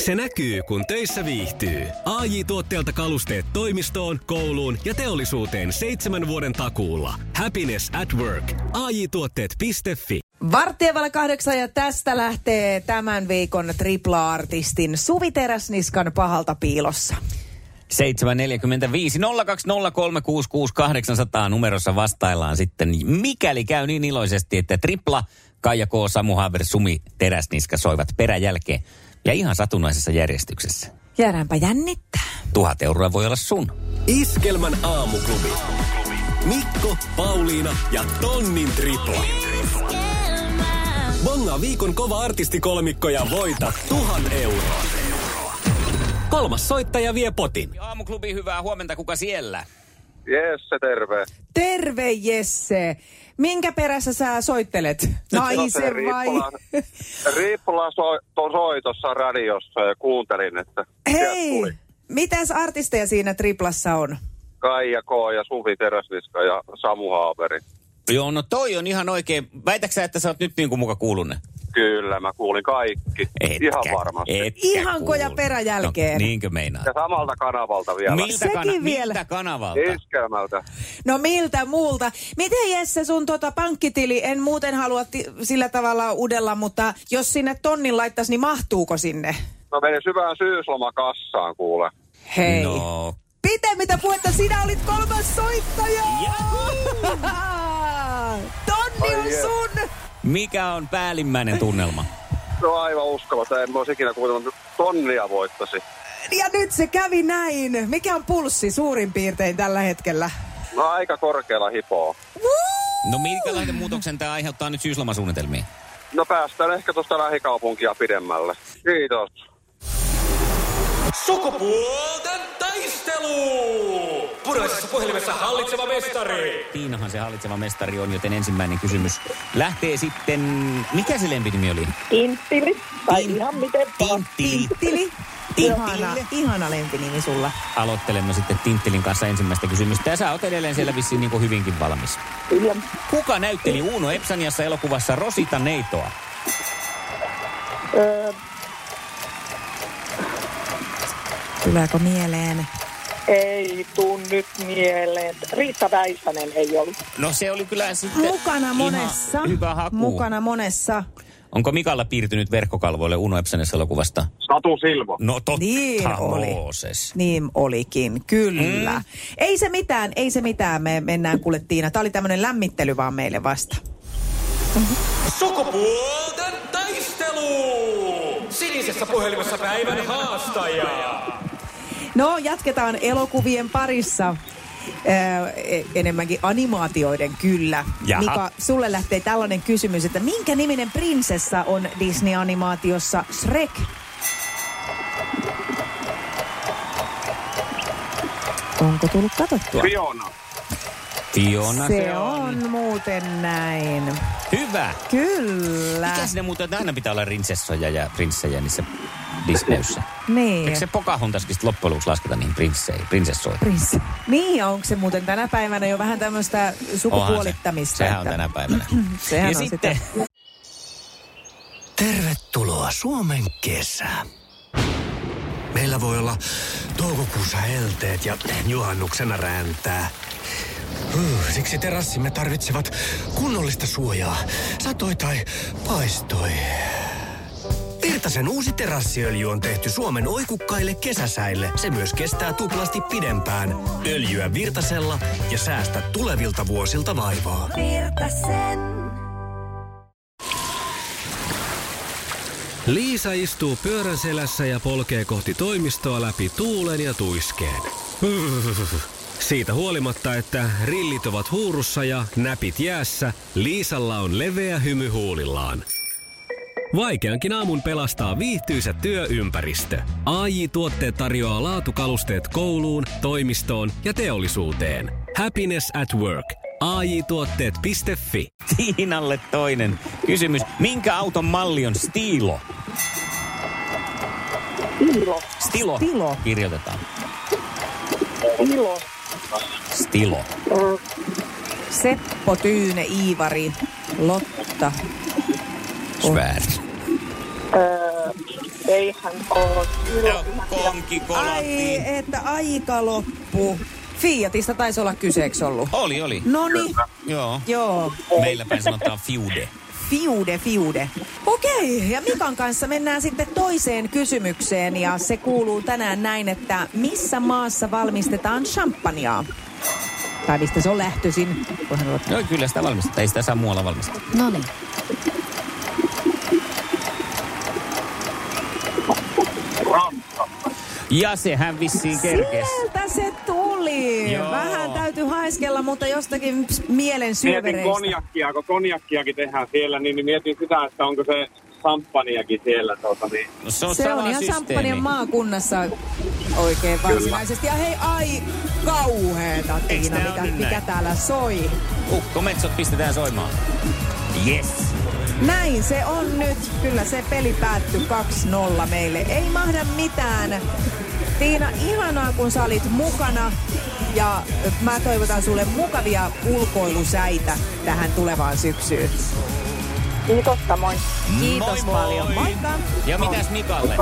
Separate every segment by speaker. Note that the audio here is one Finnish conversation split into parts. Speaker 1: Se näkyy, kun töissä viihtyy. ai tuotteelta kalusteet toimistoon, kouluun ja teollisuuteen seitsemän vuoden takuulla. Happiness at work. ai tuotteetfi
Speaker 2: Varttievalla kahdeksan ja tästä lähtee tämän viikon tripla-artistin Suvi Teräsniskan pahalta piilossa.
Speaker 3: 745 020366800 numerossa vastaillaan sitten, mikäli käy niin iloisesti, että tripla, Kaija K, Samu Haber, Sumi, Teräsniska soivat peräjälkeen ja ihan satunnaisessa järjestyksessä.
Speaker 2: Jäädäänpä jännittää.
Speaker 3: Tuhat euroa voi olla sun.
Speaker 1: Iskelmän aamuklubi. Mikko, Pauliina ja Tonnin tripla. Bonga viikon kova artistikolmikko ja voita tuhat euroa. Kolmas soittaja vie potin.
Speaker 3: Aamuklubi, hyvää huomenta, kuka siellä?
Speaker 4: Jees, se terve.
Speaker 2: Terve Jesse. Minkä perässä sä soittelet? Naisen vai?
Speaker 4: Riippula soi, to, soi tuossa radiossa ja kuuntelin, että sieltä
Speaker 2: Hei!
Speaker 4: tuli
Speaker 2: Mitäs artisteja siinä triplassa on?
Speaker 4: Kaija K. ja Suvi Teräsniska ja Samu Haaperi.
Speaker 3: Joo, no toi on ihan oikein. Väitäksä, että sä oot nyt niin kuin muka kuulunne?
Speaker 4: Kyllä, mä kuulin kaikki.
Speaker 3: Etkä,
Speaker 4: Ihan varmasti.
Speaker 3: etkä
Speaker 2: Ihanko
Speaker 3: kuulu.
Speaker 2: ja peräjälkeen?
Speaker 3: No, niinkö meinaa?
Speaker 4: Ja samalta kanavalta vielä.
Speaker 3: Miltä,
Speaker 2: Sekin
Speaker 3: kana-
Speaker 2: vielä.
Speaker 3: miltä kanavalta?
Speaker 4: Iskelmältä.
Speaker 2: No miltä muulta? Miten Jesse sun tota pankkitili, en muuten halua ti- sillä tavalla udella, mutta jos sinne tonnin laittaisi, niin mahtuuko sinne?
Speaker 4: Mä menin syvään syyslomakassaan kuule.
Speaker 2: Hei.
Speaker 3: No,
Speaker 2: Pitemmittä puhetta, sinä olit kolmas soittaja! Tonni on
Speaker 4: Ai jee.
Speaker 2: sun!
Speaker 3: mikä on päällimmäinen tunnelma?
Speaker 4: Se on No, aivan uskomaton. En mä olisi ikinä kuvitellut, että tonnia voittasi.
Speaker 2: Ja nyt se kävi näin. Mikä on pulssi suurin piirtein tällä hetkellä?
Speaker 4: No aika korkealla hipoa.
Speaker 3: No minkälainen muutoksen tämä aiheuttaa nyt syyslomasuunnitelmiin?
Speaker 4: No päästään ehkä tuosta lähikaupunkia pidemmälle. Kiitos.
Speaker 5: Sukupuolten taistelu! Punaisessa puhelimessa hallitseva mestari.
Speaker 3: Tiinahan se hallitseva mestari on, joten ensimmäinen kysymys lähtee sitten... Mikä se lempinimi oli?
Speaker 6: Tinttili. Tai ihan miten vaan.
Speaker 3: Tinttili.
Speaker 2: Tili? Ihana, ihana lempinimi sulla.
Speaker 3: Aloittelemme sitten Tinttilin kanssa ensimmäistä kysymystä. Ja sä oot edelleen siellä vissiin niin kuin hyvinkin valmis.
Speaker 6: Kyllä.
Speaker 3: Kuka näytteli Uuno Epsaniassa elokuvassa Rosita Neitoa?
Speaker 6: Öö,
Speaker 2: Tuleeko mieleen?
Speaker 6: ei tuu nyt mieleen. Riitta Väisänen ei ollut.
Speaker 3: No se oli kyllä sitten
Speaker 2: Mukana
Speaker 3: ihan
Speaker 2: monessa.
Speaker 3: hyvä haku.
Speaker 2: Mukana monessa.
Speaker 3: Onko Mikalla piirtynyt verkkokalvoille Uno Epsanessa elokuvasta?
Speaker 4: Satu Silvo.
Speaker 3: No totta,
Speaker 2: Niin oli.
Speaker 3: Mooses.
Speaker 2: Niin olikin, kyllä. Mm. Ei se mitään, ei se mitään. Me mennään kuule Tiina. Tämä oli tämmöinen lämmittely vaan meille vasta.
Speaker 5: Sukupuolten taistelu! Sinisessä puhelimessa päivän haastaja.
Speaker 2: No, jatketaan elokuvien parissa. Öö, e- enemmänkin animaatioiden kyllä.
Speaker 3: Jaha.
Speaker 2: Mika, sulle lähtee tällainen kysymys, että minkä niminen prinsessa on Disney-animaatiossa Shrek? Onko tullut katsottua?
Speaker 4: Fiona.
Speaker 3: Fiona se,
Speaker 2: Se on muuten näin.
Speaker 3: Hyvä.
Speaker 2: Kyllä.
Speaker 3: Mikä sinne muuten, että aina pitää olla rinsessoja ja prinssejä niissä Disneyssä?
Speaker 2: Niin.
Speaker 3: Eikö se Pocahontaskin sit loppujen lopuksi lasketa niihin prinsseihin, prinsessoihin?
Speaker 2: Prinssi. Niin, ja onko se muuten tänä päivänä jo vähän tämmöistä sukupuolittamista?
Speaker 3: Onhan se. Sehän on
Speaker 2: että-
Speaker 3: tänä päivänä.
Speaker 2: Sehän
Speaker 3: ja
Speaker 2: on
Speaker 3: sitten,
Speaker 2: sitä.
Speaker 7: Tervetuloa Suomen kesään. Meillä voi olla toukokuussa helteet ja juhannuksena räntää. Huh, Siksi terassimme tarvitsevat kunnollista suojaa, satoi tai paistoi. Virtasen uusi terassiöljy on tehty Suomen oikukkaille kesäsäille. Se myös kestää tuplasti pidempään. Öljyä Virtasella ja säästä tulevilta vuosilta vaivaa.
Speaker 1: Liisa istuu pyörän selässä ja polkee kohti toimistoa läpi tuulen ja tuiskeen. Siitä huolimatta, että rillit ovat huurussa ja näpit jäässä, Liisalla on leveä hymy huulillaan. Vaikeankin aamun pelastaa viihtyisä työympäristö. AJ Tuotteet tarjoaa laatukalusteet kouluun, toimistoon ja teollisuuteen. Happiness at work. AJ-tuotteet.fi
Speaker 3: Tiinalle toinen kysymys. Minkä auton malli on Stilo?
Speaker 6: Ilo.
Speaker 3: Stilo.
Speaker 2: Stilo.
Speaker 3: Kirjoitetaan.
Speaker 6: Ilo.
Speaker 3: Stilo.
Speaker 8: Mm.
Speaker 6: Öö,
Speaker 2: Seppo Tyyne, Iivari, Lotta.
Speaker 3: Svär.
Speaker 6: öö, ei hän ole yllätynä.
Speaker 3: Konki
Speaker 2: Ai,
Speaker 3: kolatti.
Speaker 2: että aika loppu. Fiatista taisi olla kyseeksi ollut.
Speaker 3: Oli, oli.
Speaker 2: Noni,
Speaker 3: Joo.
Speaker 2: joo.
Speaker 3: Meillä päin sanotaan fiude.
Speaker 2: Fiude, fiude. Okei, ja Mikan kanssa mennään sitten toiseen kysymykseen ja se kuuluu tänään näin, että missä maassa valmistetaan champagnea? Tai mistä se on lähtöisin? Kunhan olet-
Speaker 3: Joo, No kyllä sitä valmistetaan. Ei sitä saa muualla valmistaa.
Speaker 2: No niin.
Speaker 3: Ja sehän vissiin kerkes.
Speaker 2: Sieltä se tuli.
Speaker 3: Joo.
Speaker 2: Vähän täytyy haiskella, mutta jostakin ps- mielen
Speaker 9: Mietin
Speaker 2: syövereistä.
Speaker 9: konjakkia, kun konjakkiakin tehdään siellä, niin niin mietin sitä, että onko se samppaniakin siellä. Tuota, niin.
Speaker 3: No, se on,
Speaker 2: Se
Speaker 3: sama
Speaker 2: on ihan
Speaker 3: systeemi.
Speaker 2: Samppanian maakunnassa oikein varsinaisesti. Ja hei, ai kauheeta,
Speaker 3: Eiks
Speaker 2: Tiina,
Speaker 3: tää
Speaker 2: mitä,
Speaker 3: ole nyt
Speaker 2: mikä
Speaker 3: näin?
Speaker 2: täällä soi.
Speaker 3: Ukkometsot pistetään soimaan. Yes.
Speaker 2: Näin se on nyt. Kyllä se peli päättyi 2-0 meille. Ei mahda mitään. Tiina, ihanaa kun sä olit mukana. Ja mä toivotan sulle mukavia ulkoilusäitä tähän tulevaan syksyyn.
Speaker 6: Kiitos samoin.
Speaker 2: Kiitos
Speaker 3: Moi moi.
Speaker 2: paljon. Moikka.
Speaker 3: Ja mitäs Mikalle?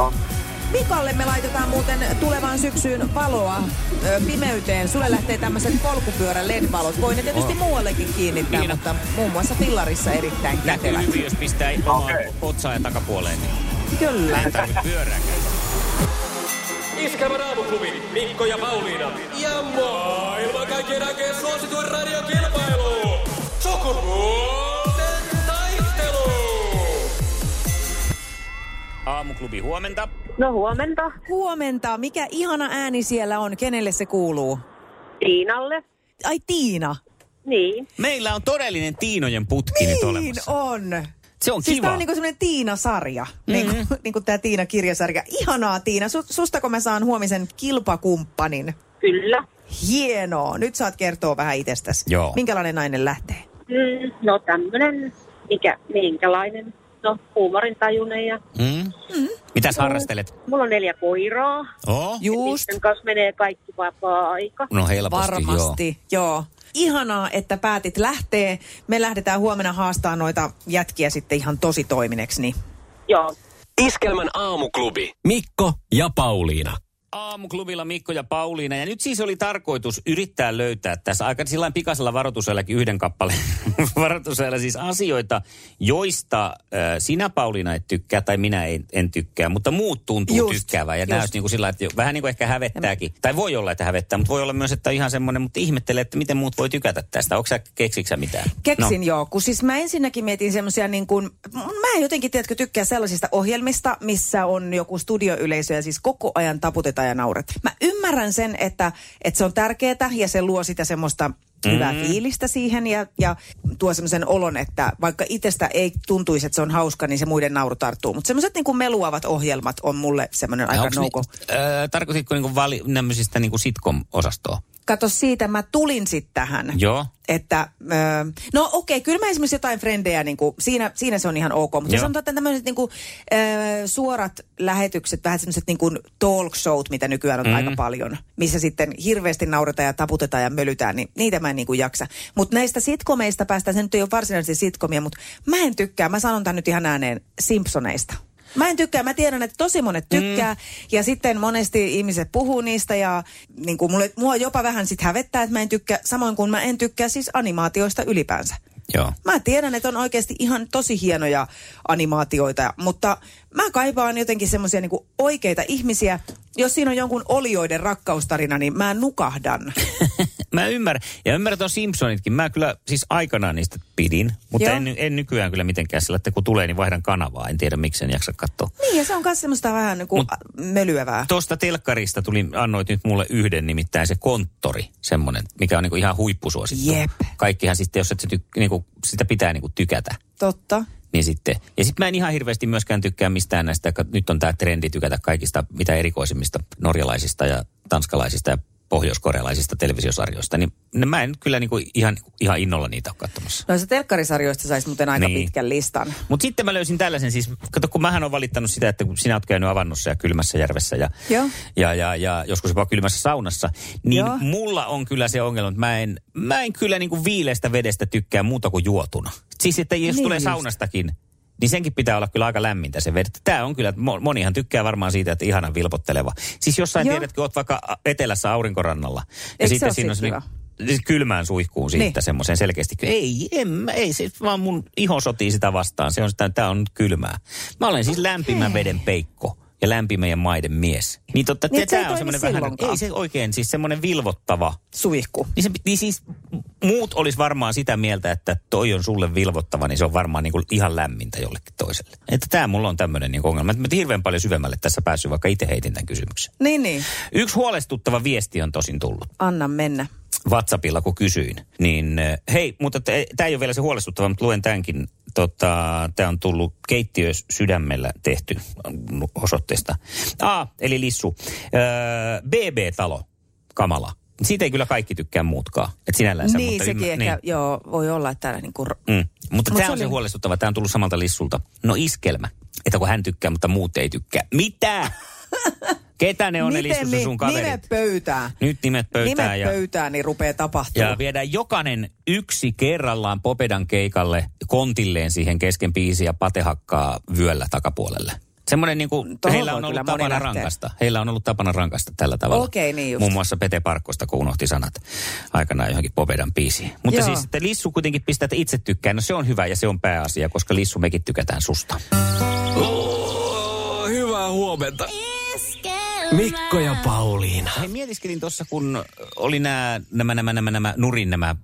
Speaker 2: Mikalle me laitetaan muuten tulevaan syksyyn valoa ö, pimeyteen. Sulle lähtee tämmöiset polkupyörän LED-valot. Voi ne tietysti muuallekin kiinnittää,
Speaker 3: Oh. Niin.
Speaker 2: mutta muun muassa fillarissa erittäin
Speaker 3: Näkyy
Speaker 2: kätevät.
Speaker 3: hyvin, jos pistää omaa otsaa ja takapuoleen. Niin
Speaker 2: Kyllä.
Speaker 3: ei tarvitse pyörääkään.
Speaker 5: Iskelmän aamuklubi, Mikko ja Pauliina. Ja maailman kaikkien aikeen suosituen radiokilpailu. Sukupuolten taistelu.
Speaker 3: Aamuklubi huomenta.
Speaker 8: No huomenta
Speaker 2: Huomenta. Mikä ihana ääni siellä on? Kenelle se kuuluu?
Speaker 8: Tiinalle.
Speaker 2: Ai Tiina.
Speaker 8: Niin.
Speaker 3: Meillä on todellinen Tiinojen putki nyt
Speaker 2: Niin
Speaker 3: olemassa.
Speaker 2: on.
Speaker 3: Se on
Speaker 2: Siis
Speaker 3: kiva.
Speaker 2: tää on niinku semmonen Tiina-sarja, mm-hmm. niinku, niinku tää Tiina-kirjasarja. Ihanaa Tiina, Su- sustako mä saan huomisen kilpakumppanin?
Speaker 8: Kyllä.
Speaker 2: Hienoa. Nyt saat kertoa vähän itsestäsi.
Speaker 3: Joo.
Speaker 2: Minkälainen nainen lähtee?
Speaker 8: Mm, no tämmönen, mikä, minkälainen. No huumorintajunen ja
Speaker 2: niinku-
Speaker 3: Mm? Mitäs harrastelet?
Speaker 8: mulla on neljä koiraa.
Speaker 3: Oh?
Speaker 2: Just.
Speaker 8: Niiden kanssa menee kaikki vapaa-aika.
Speaker 3: No helposti, joo.
Speaker 2: Varmasti, joo. joo. Ihanaa, että päätit lähteä. Me lähdetään huomenna haastaa noita jätkiä sitten ihan tosi toimineksi. Niin.
Speaker 8: Joo.
Speaker 1: Iskelmän aamuklubi. Mikko ja Pauliina.
Speaker 3: Aamuklubilla Mikko ja Pauliina. Ja nyt siis oli tarkoitus yrittää löytää tässä aika sillä pikaisella varoitusajallakin yhden kappaleen varoitusajalla siis asioita, joista äh, sinä Pauliina et tykkää tai minä en, en tykkää, mutta muut tuntuu
Speaker 2: Just,
Speaker 3: tykkäävän. Ja
Speaker 2: just.
Speaker 3: nämä olisi niin kuin sillä, että jo- vähän niin kuin ehkä hävettääkin. Tai voi olla, että hävettää, mutta voi olla myös, että on ihan semmoinen, mutta ihmettelee, että miten muut voi tykätä tästä. Onko sä, keksitkö sä mitään?
Speaker 2: Keksin no. joo, kun siis mä ensinnäkin mietin semmoisia niin kuin, m- mä en jotenkin tiedätkö tykkää sellaisista ohjelmista, missä on joku studioyleisö ja siis koko ajan taputetaan ja naurata. Mä ymmärrän sen, että, että se on tärkeää ja se luo sitä semmoista hyvää
Speaker 3: Mm.
Speaker 2: fiilistä siihen ja, ja tuo semmoisen olon, että vaikka itsestä ei tuntuisi, että se on hauska, niin se muiden nauru tarttuu. Mutta semmoiset niin kuin meluavat ohjelmat on mulle semmoinen aika
Speaker 3: No. Onks
Speaker 2: nouko.
Speaker 3: Ni, öö, tarkoititko niinku vali, nämmöisistä niinku sitcom-osastoa?
Speaker 2: Kato siitä, mä tulin sitten tähän.
Speaker 3: Joo.
Speaker 2: Että, öö, no okei, okay, kyllä mä esimerkiksi jotain frendejä, niin kuin, siinä, siinä se on ihan ok, mutta
Speaker 3: Joo.
Speaker 2: jos sanotaan, että tämmöiset niin kuin, öö, suorat lähetykset, vähän semmoiset niin kuin talk showt, mitä nykyään on mm. aika paljon, missä sitten hirveästi nauretaan ja taputetaan ja mölytään, niin niitä mä en niin kuin jaksa. Mutta näistä sitkomeista päästään, se nyt ei ole varsinaisesti sitkomia, mutta mä en tykkää, mä sanon tämän nyt ihan ääneen, Simpsoneista. Mä en tykkää, mä tiedän, että tosi monet tykkää mm. ja sitten monesti ihmiset puhuu niistä ja niin kuin mulle, mua jopa vähän sit hävettää, että mä en tykkää, samoin kuin mä en tykkää siis animaatioista ylipäänsä.
Speaker 3: Joo.
Speaker 2: Mä tiedän, että on oikeasti ihan tosi hienoja animaatioita, mutta mä kaipaan jotenkin semmoisia niin oikeita ihmisiä. Jos siinä on jonkun olioiden rakkaustarina, niin mä nukahdan.
Speaker 3: Mä ymmärrän. Ja ymmärrän tuon Simpsonitkin. Mä kyllä siis aikanaan niistä pidin, mutta
Speaker 2: Joo.
Speaker 3: en, en, nykyään kyllä mitenkään sillä, että kun tulee, niin vaihdan kanavaa. En tiedä, miksi en jaksa katsoa.
Speaker 2: niin, ja se on myös semmoista vähän niin kuin
Speaker 3: Mut-
Speaker 2: mölyävää.
Speaker 3: Tuosta telkkarista tuli, annoit nyt mulle yhden, nimittäin se konttori, semmoinen, mikä on niinku ihan huippusuosittu.
Speaker 2: Jep.
Speaker 3: Kaikkihan sitten, jos et se tyk, niinku, sitä pitää niinku tykätä.
Speaker 2: Totta.
Speaker 3: Niin sitten. Ja sitten mä en ihan hirveästi myöskään tykkää mistään näistä, ka- nyt on tämä trendi tykätä kaikista mitä erikoisimmista norjalaisista ja tanskalaisista ja pohjoiskorealaisista televisiosarjoista, niin ne mä en kyllä niinku ihan, ihan innolla niitä ole katsomassa.
Speaker 2: Noista telkkarisarjoista saisi muuten aika
Speaker 3: Niin.
Speaker 2: niin. pitkän listan.
Speaker 3: Mutta sitten mä löysin tällaisen siis, kato kun mähän on valittanut sitä, että kun sinä oot käynyt avannossa ja kylmässä järvessä ja,
Speaker 2: Joo.
Speaker 3: ja, ja, ja joskus jopa kylmässä saunassa, niin
Speaker 2: Joo.
Speaker 3: mulla on kyllä se ongelma, että mä en, mä en kyllä niinku viileästä vedestä tykkää muuta kuin juotuna. Siis että jos
Speaker 2: Niin
Speaker 3: tulee
Speaker 2: just.
Speaker 3: saunastakin, niin senkin pitää olla kyllä aika lämmintä se vettä. Tämä on kyllä, mo- monihan tykkää varmaan siitä, että ihana vilpotteleva. Siis jossain
Speaker 2: Joo.
Speaker 3: tiedätkö, oot vaikka ä, etelässä aurinkorannalla. Ja
Speaker 2: Eikö se
Speaker 3: sitten
Speaker 2: oo
Speaker 3: siinä on
Speaker 2: sit
Speaker 3: semmoinen siis kylmään suihkuun siitä niin.
Speaker 2: Niin.
Speaker 3: semmoiseen selkeästi. Ei, en, mä- ei se vaan mun iho sotii sitä vastaan. Se on sitä, tää on nyt kylmää. Mä olen siis lämpimän veden peikko ja lämpimien maiden mies. Niin totta,
Speaker 2: Niin,
Speaker 3: niin
Speaker 2: et se ei
Speaker 3: tämä on
Speaker 2: toimi
Speaker 3: semmoinen vähän,
Speaker 2: silloinkaan.
Speaker 3: ei se oikein, siis semmoinen vilvottava.
Speaker 2: Suihku.
Speaker 3: Niin, se, niin siis muut olisi varmaan sitä mieltä, että toi on sulle vilvottava, niin se on varmaan niin kuin ihan lämmintä jollekin toiselle. Että tämä mulla on tämmöinen niin ongelma. Mä oon hirveän paljon syvemmälle tässä päässyt, vaikka itse heitin tämän kysymyksen.
Speaker 2: Niin, niin.
Speaker 3: Yksi huolestuttava viesti on tosin tullut.
Speaker 2: Anna mennä.
Speaker 3: WhatsAppilla, kun kysyin. Niin eh, hei, mutta tämä ei ole vielä se huolestuttava, mutta luen tämänkin. Tota, tämä on tullut keittiö sydämellä tehty mm, osoitteesta. A, eli Lissu. Öö, BB-talo, kamala. Siitä ei kyllä kaikki tykkää muutkaan. Et sinällään se,
Speaker 2: niin,
Speaker 3: mutta
Speaker 2: sekin
Speaker 3: ymmär-
Speaker 2: ehkä, joo, voi olla, että täällä niin kuin...
Speaker 3: Mm. Mutta
Speaker 2: Mut
Speaker 3: tämä
Speaker 2: se
Speaker 3: on
Speaker 2: oli-
Speaker 3: se huolestuttava. Tämä on tullut samalta lissulta. No iskelmä. Että kun hän tykkää, mutta muut ei tykkää. Mitä? Ketä ne on ne lissussa sun kaverit?
Speaker 2: nimet pöytää.
Speaker 3: Nyt nimet pöytään.
Speaker 2: nimet
Speaker 3: ja...
Speaker 2: pöytään, niin rupeaa tapahtumaan.
Speaker 3: Ja viedään jokainen yksi kerrallaan Popedan keikalle kontilleen siihen kesken biisiä ja patehakkaa vyöllä takapuolelle. Semmoinen niin kuin,
Speaker 2: Tohon
Speaker 3: heillä
Speaker 2: voi
Speaker 3: on ollut
Speaker 2: kyllä moni
Speaker 3: tapana
Speaker 2: lähteä.
Speaker 3: rankasta. Heillä on ollut tapana rankasta tällä tavalla.
Speaker 2: Okei, niin just.
Speaker 3: Muun muassa Pete Parkkosta, kun unohti sanat aikanaan johonkin Popedan biisiin. Mutta
Speaker 2: Joo.
Speaker 3: siis, että Lissu kuitenkin pistää, että itse tykkää. No se on hyvä ja se on pääasia, koska Lissu mekin tykätään susta.
Speaker 5: Oh, hyvää huomenta.
Speaker 7: Mikko ja Pauliina.
Speaker 3: Hei, mietiskelin tuossa, kun oli nämä, nämä, nämä, nämä, nämä, nurin nämä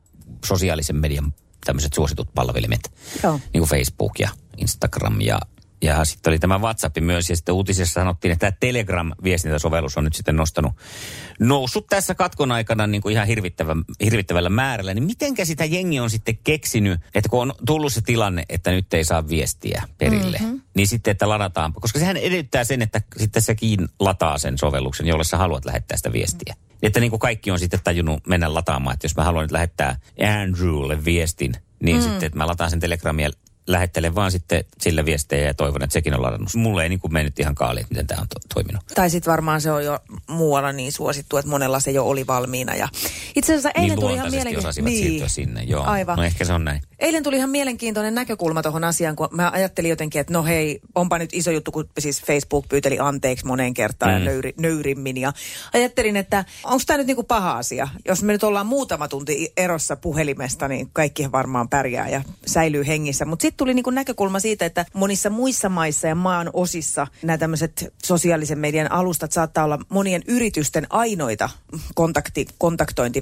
Speaker 3: sosiaalisen median tämmöiset suositut palvelimet.
Speaker 2: Joo.
Speaker 3: Niin kuin Facebook ja Instagram ja, ja sitten oli tämä WhatsApp myös. Ja sitten uutisissa sanottiin, että tämä Telegram-viestintäsovellus on nyt sitten nostanut, noussut tässä katkon aikana niin kuin ihan hirvittävän, hirvittävällä määrällä. Niin mitenkä sitä jengi on sitten keksinyt, että kun on tullut se tilanne, että nyt ei saa viestiä perille, mm-hmm. niin sitten, että ladataanpa. Koska sehän edellyttää sen, että sitten säkin lataa sen sovelluksen, jolle sä haluat lähettää sitä viestiä. Että niin kuin kaikki on sitten tajunnut mennä lataamaan, että jos mä haluan nyt lähettää Andrewlle viestin, niin mm. sitten että mä lataan sen telegramia lähettelen vaan sitten sillä viestejä ja toivon, että sekin on ladannut. Mulle ei niin kuin mennyt ihan kaali, että miten tämä on to- toiminut.
Speaker 2: Tai sitten varmaan se on jo muualla niin suosittu, että monella se jo oli valmiina. Ja itse asiassa eilen
Speaker 3: niin
Speaker 2: tuli ihan
Speaker 3: luontaisesti
Speaker 2: mielenkiintoinen...
Speaker 3: osasivat siirtyä sinne, joo.
Speaker 2: Aivan.
Speaker 3: No ehkä se on näin.
Speaker 2: Eilen tuli ihan mielenkiintoinen näkökulma tuohon asiaan, kun mä ajattelin jotenkin, että no hei, onpa nyt iso juttu, kun siis Facebook pyyteli anteeksi moneen kertaan mm. ja nöyri, nöyrimmin. Ja ajattelin, että onko tämä nyt niinku paha asia? Jos me nyt ollaan muutama tunti erossa puhelimesta, niin kaikki varmaan pärjää ja säilyy hengissä. Mutta sitten tuli niinku näkökulma siitä, että monissa muissa maissa ja maan osissa nämä tämmöiset sosiaalisen median alustat saattaa olla monien yritysten ainoita kontakti,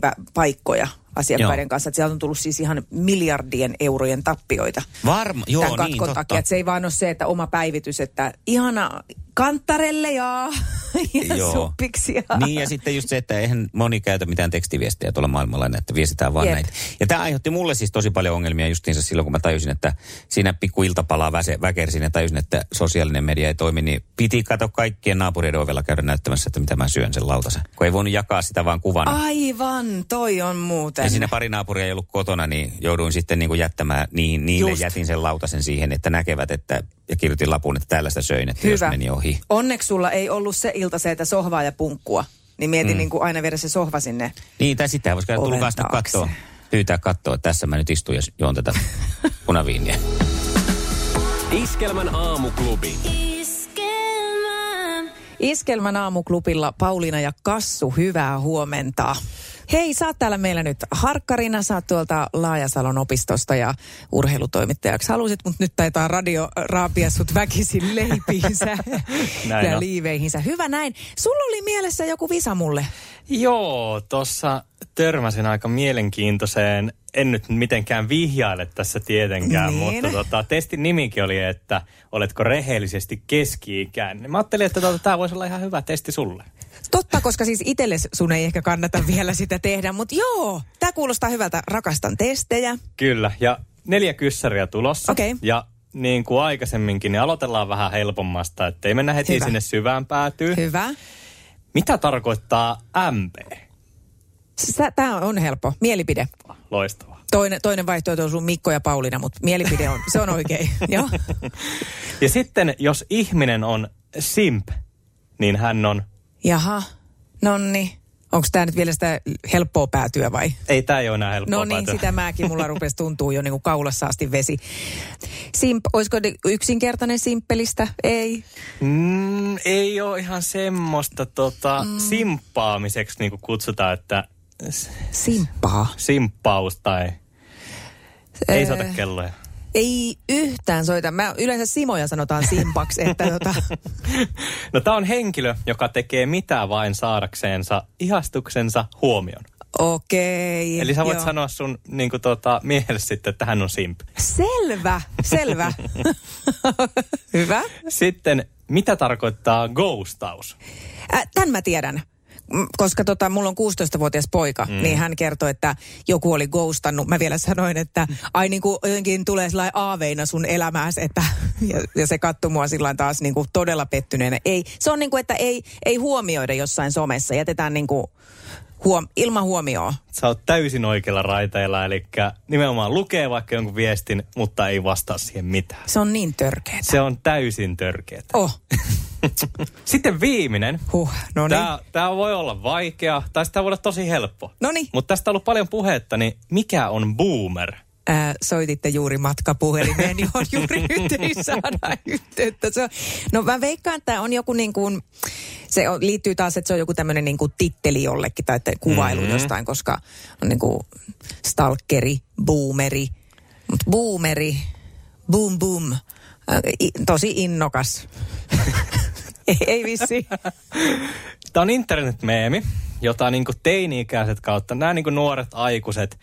Speaker 2: kontaktointipaikkoja asiakkaiden
Speaker 3: Joo.
Speaker 2: Joo. kanssa. Että sieltä on tullut siis ihan miljardien eurojen tappioita
Speaker 3: Varma, joo
Speaker 2: tämän
Speaker 3: niin,
Speaker 2: katkon
Speaker 3: totta.
Speaker 2: takia. Että se ei vaan ole se, että oma päivitys, että ihana kanttarelle ja, ja
Speaker 3: Joo.
Speaker 2: suppiksia.
Speaker 3: Niin ja sitten just se, että eihän moni käytä mitään tekstiviestejä tuolla maailmalla, että viestitään vaan
Speaker 2: Jep.
Speaker 3: näitä. Ja tämä aiheutti mulle siis tosi paljon ongelmia justiinsa silloin, kun mä tajusin, että siinä pikku iltapalaa väse, väkersin ja tajusin, että sosiaalinen media ei toimi, niin piti kato kaikkien naapureiden ovella käydä näyttämässä, että mitä mä syön sen lautasen. Kun ei voinut jakaa sitä vaan kuvana.
Speaker 2: Aivan, toi on muuten.
Speaker 3: Ja siinä pari naapuria ei ollut kotona, niin jouduin sitten niin kuin jättämään niihin, niille
Speaker 2: Just.
Speaker 3: Just. jätin sen lautasen siihen, että näkevät, että ja kirjoitin lapun, että tällaista söin, että Hyvä. jos meni ohi.
Speaker 2: Onneksi sulla ei ollut se ilta se, että sohvaa ja punkkua. Niin mieti mm. niin kuin aina viedä se sohva sinne.
Speaker 3: Niin, tai sitten voisi käydä
Speaker 2: Oven
Speaker 3: tulkaa sitten
Speaker 2: taakse.
Speaker 3: katsoa, pyytää katsoa, että tässä mä nyt istun ja juon tätä punaviiniä.
Speaker 1: Iskelmän aamuklubi.
Speaker 2: Iskelmän aamuklubilla Pauliina ja Kassu, hyvää huomenta. Hei, sä oot täällä meillä nyt harkkarina, sä oot tuolta Laajasalon opistosta ja urheilutoimittajaksi halusit, mutta nyt taitaa radio raapia sut väkisin leipiinsä
Speaker 10: Näin
Speaker 2: ja
Speaker 10: on.
Speaker 2: liiveihinsä. Hyvä näin. Sulla oli mielessä joku visa mulle.
Speaker 10: Joo, tuossa törmäsin aika mielenkiintoiseen, en nyt mitenkään vihjaile tässä tietenkään,
Speaker 2: Niin.
Speaker 10: mutta tota, testin nimikin oli, että oletko rehellisesti keski-ikäinen. Mä ajattelin, että tota, tämä voisi olla ihan hyvä testi sulle.
Speaker 2: Totta, koska siis itsellesi sun ei ehkä kannata vielä sitä tehdä, mutta joo, tämä kuulostaa hyvältä. Rakastan testejä.
Speaker 10: Kyllä, ja neljä kyssäriä tulossa.
Speaker 2: Okei.
Speaker 10: Ja niin kuin aikaisemminkin, niin aloitellaan vähän helpommasta, ettei mennä heti
Speaker 2: Hyvä.
Speaker 10: sinne syvään päätyyn.
Speaker 2: Hyvä.
Speaker 10: Mitä tarkoittaa MP?
Speaker 2: Tämä on helppo. Mielipide.
Speaker 10: Loistavaa.
Speaker 2: Toinen, toinen vaihtoehto on sun Mikko ja Pauliina, mutta mielipide on, se on oikein. Joo.
Speaker 10: Ja sitten, jos ihminen on simp, niin hän on
Speaker 2: Jaha, nonni. Onko tämä nyt vielä sitä helppoa päätyä vai?
Speaker 10: Ei tämä ei ole enää helppoa
Speaker 2: No niin,
Speaker 10: päätyä.
Speaker 2: sitä mäkin. Mulla rupesi tuntuu jo niin kuin kaulassa asti vesi. Simp, olisiko ne yksinkertainen simppelistä? Ei.
Speaker 10: Mm, ei ole ihan semmoista tota, mm. simppaamiseksi, niin kuin kutsutaan, että s-
Speaker 2: Simppaa.
Speaker 10: simppaus tai
Speaker 2: Öö.
Speaker 10: ei saata kelloja.
Speaker 2: Ei yhtään soita. Mä yleensä Simoja sanotaan simpaksi, että tota,
Speaker 10: No tämä on henkilö, joka tekee mitä vain saadakseensa ihastuksensa huomion.
Speaker 2: okei.
Speaker 10: Eli sä voit
Speaker 2: joo.
Speaker 10: sanoa sun niin kuin, tota, miehelle sitten, että hän on simp.
Speaker 2: Selvä, selvä. Hyvä.
Speaker 10: Sitten, mitä tarkoittaa ghostaus?
Speaker 2: Äh, Tämän mä tiedän. M- Koska tota, mulla on 16-vuotias poika, mm. niin hän kertoi, että joku oli ghostannut. Mä vielä sanoin, että ai niin kuin jotenkin tulee sillä aaveina sun elämääsi, että ja, ja se katsoi mua sillä taas niin kuin todella pettyneenä. Ei, se on niin kuin, että ei, ei huomioida jossain somessa, jätetään niin kuin huom- ilman huomioon.
Speaker 10: Sä oot täysin oikealla raiteilla, eli nimenomaan lukee vaikka jonkun viestin, mutta ei vastaa siihen mitään.
Speaker 2: Se on niin törkeetä.
Speaker 10: Se on täysin törkeetä.
Speaker 2: Oh,
Speaker 10: Sitten viimeinen.
Speaker 2: huh, no niin.
Speaker 10: Tämä, tämä voi olla vaikea, tai sitä voi olla tosi helppo.
Speaker 2: Noniin.
Speaker 10: Mutta tästä on ollut paljon puhetta, niin mikä on boomer?
Speaker 2: Ää, Äh, soititte juuri matkapuhelimeen, johon juuri nyt ei saada yhteyttä. Se on, no mä veikkaan, että on joku niin kuin, se on, liittyy taas, että se on joku tämmöinen niin kuin titteli jollekin tai että kuvailu mm-hmm. jostain, koska on niin kuin stalkeri, boomeri, mutta boomeri, boom boom, ää, i, tosi innokas. ei, ei vissi.
Speaker 10: Tämä on internetmeemi, jota niin teini-ikäiset kautta, nämä niin nuoret aikuiset,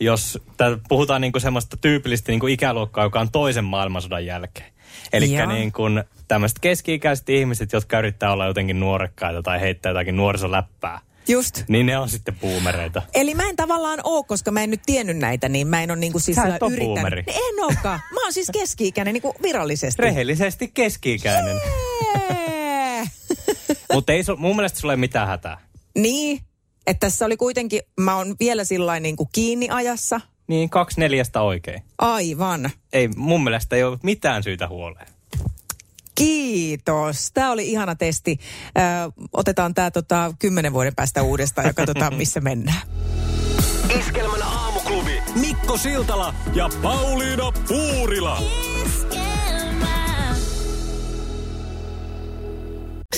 Speaker 10: jos tää puhutaan niin semmoista tyypillistä niin ikäluokkaa, joka on toisen maailmansodan jälkeen. Eli
Speaker 2: Joo.
Speaker 10: niin tämmöiset keski-ikäiset ihmiset, jotka yrittää olla jotenkin nuorekkaita tai heittää jotakin nuorisoläppää,
Speaker 2: Just.
Speaker 10: niin ne on sitten boomereita.
Speaker 2: Eli mä en tavallaan oo, koska mä en nyt tiennyt näitä, niin mä en ole niinku siis
Speaker 10: Sä et
Speaker 2: sillä
Speaker 10: oo
Speaker 2: yrittänyt.
Speaker 10: boomeri.
Speaker 2: En olekaan. Mä oon siis keski-ikäinen niinku virallisesti.
Speaker 10: Rehellisesti keski-ikäinen.
Speaker 2: Jee!
Speaker 10: Mutta ei sul, mun mielestä sulla ei mitään hätää.
Speaker 2: niin, että tässä oli kuitenkin, mä oon vielä sillä niin kuin kiinni ajassa.
Speaker 10: Niin kaksi neljästä oikein.
Speaker 2: Aivan.
Speaker 10: Ei, mun mielestä ei ole mitään syytä huoleen.
Speaker 2: Kiitos. Tämä oli ihana testi. Ö, otetaan tämä tota, kymmenen vuoden päästä uudestaan ja katsotaan, missä mennään.
Speaker 5: Iskelmän aamuklubi.
Speaker 1: Mikko Siltala
Speaker 5: Ja Pauliina Puurila.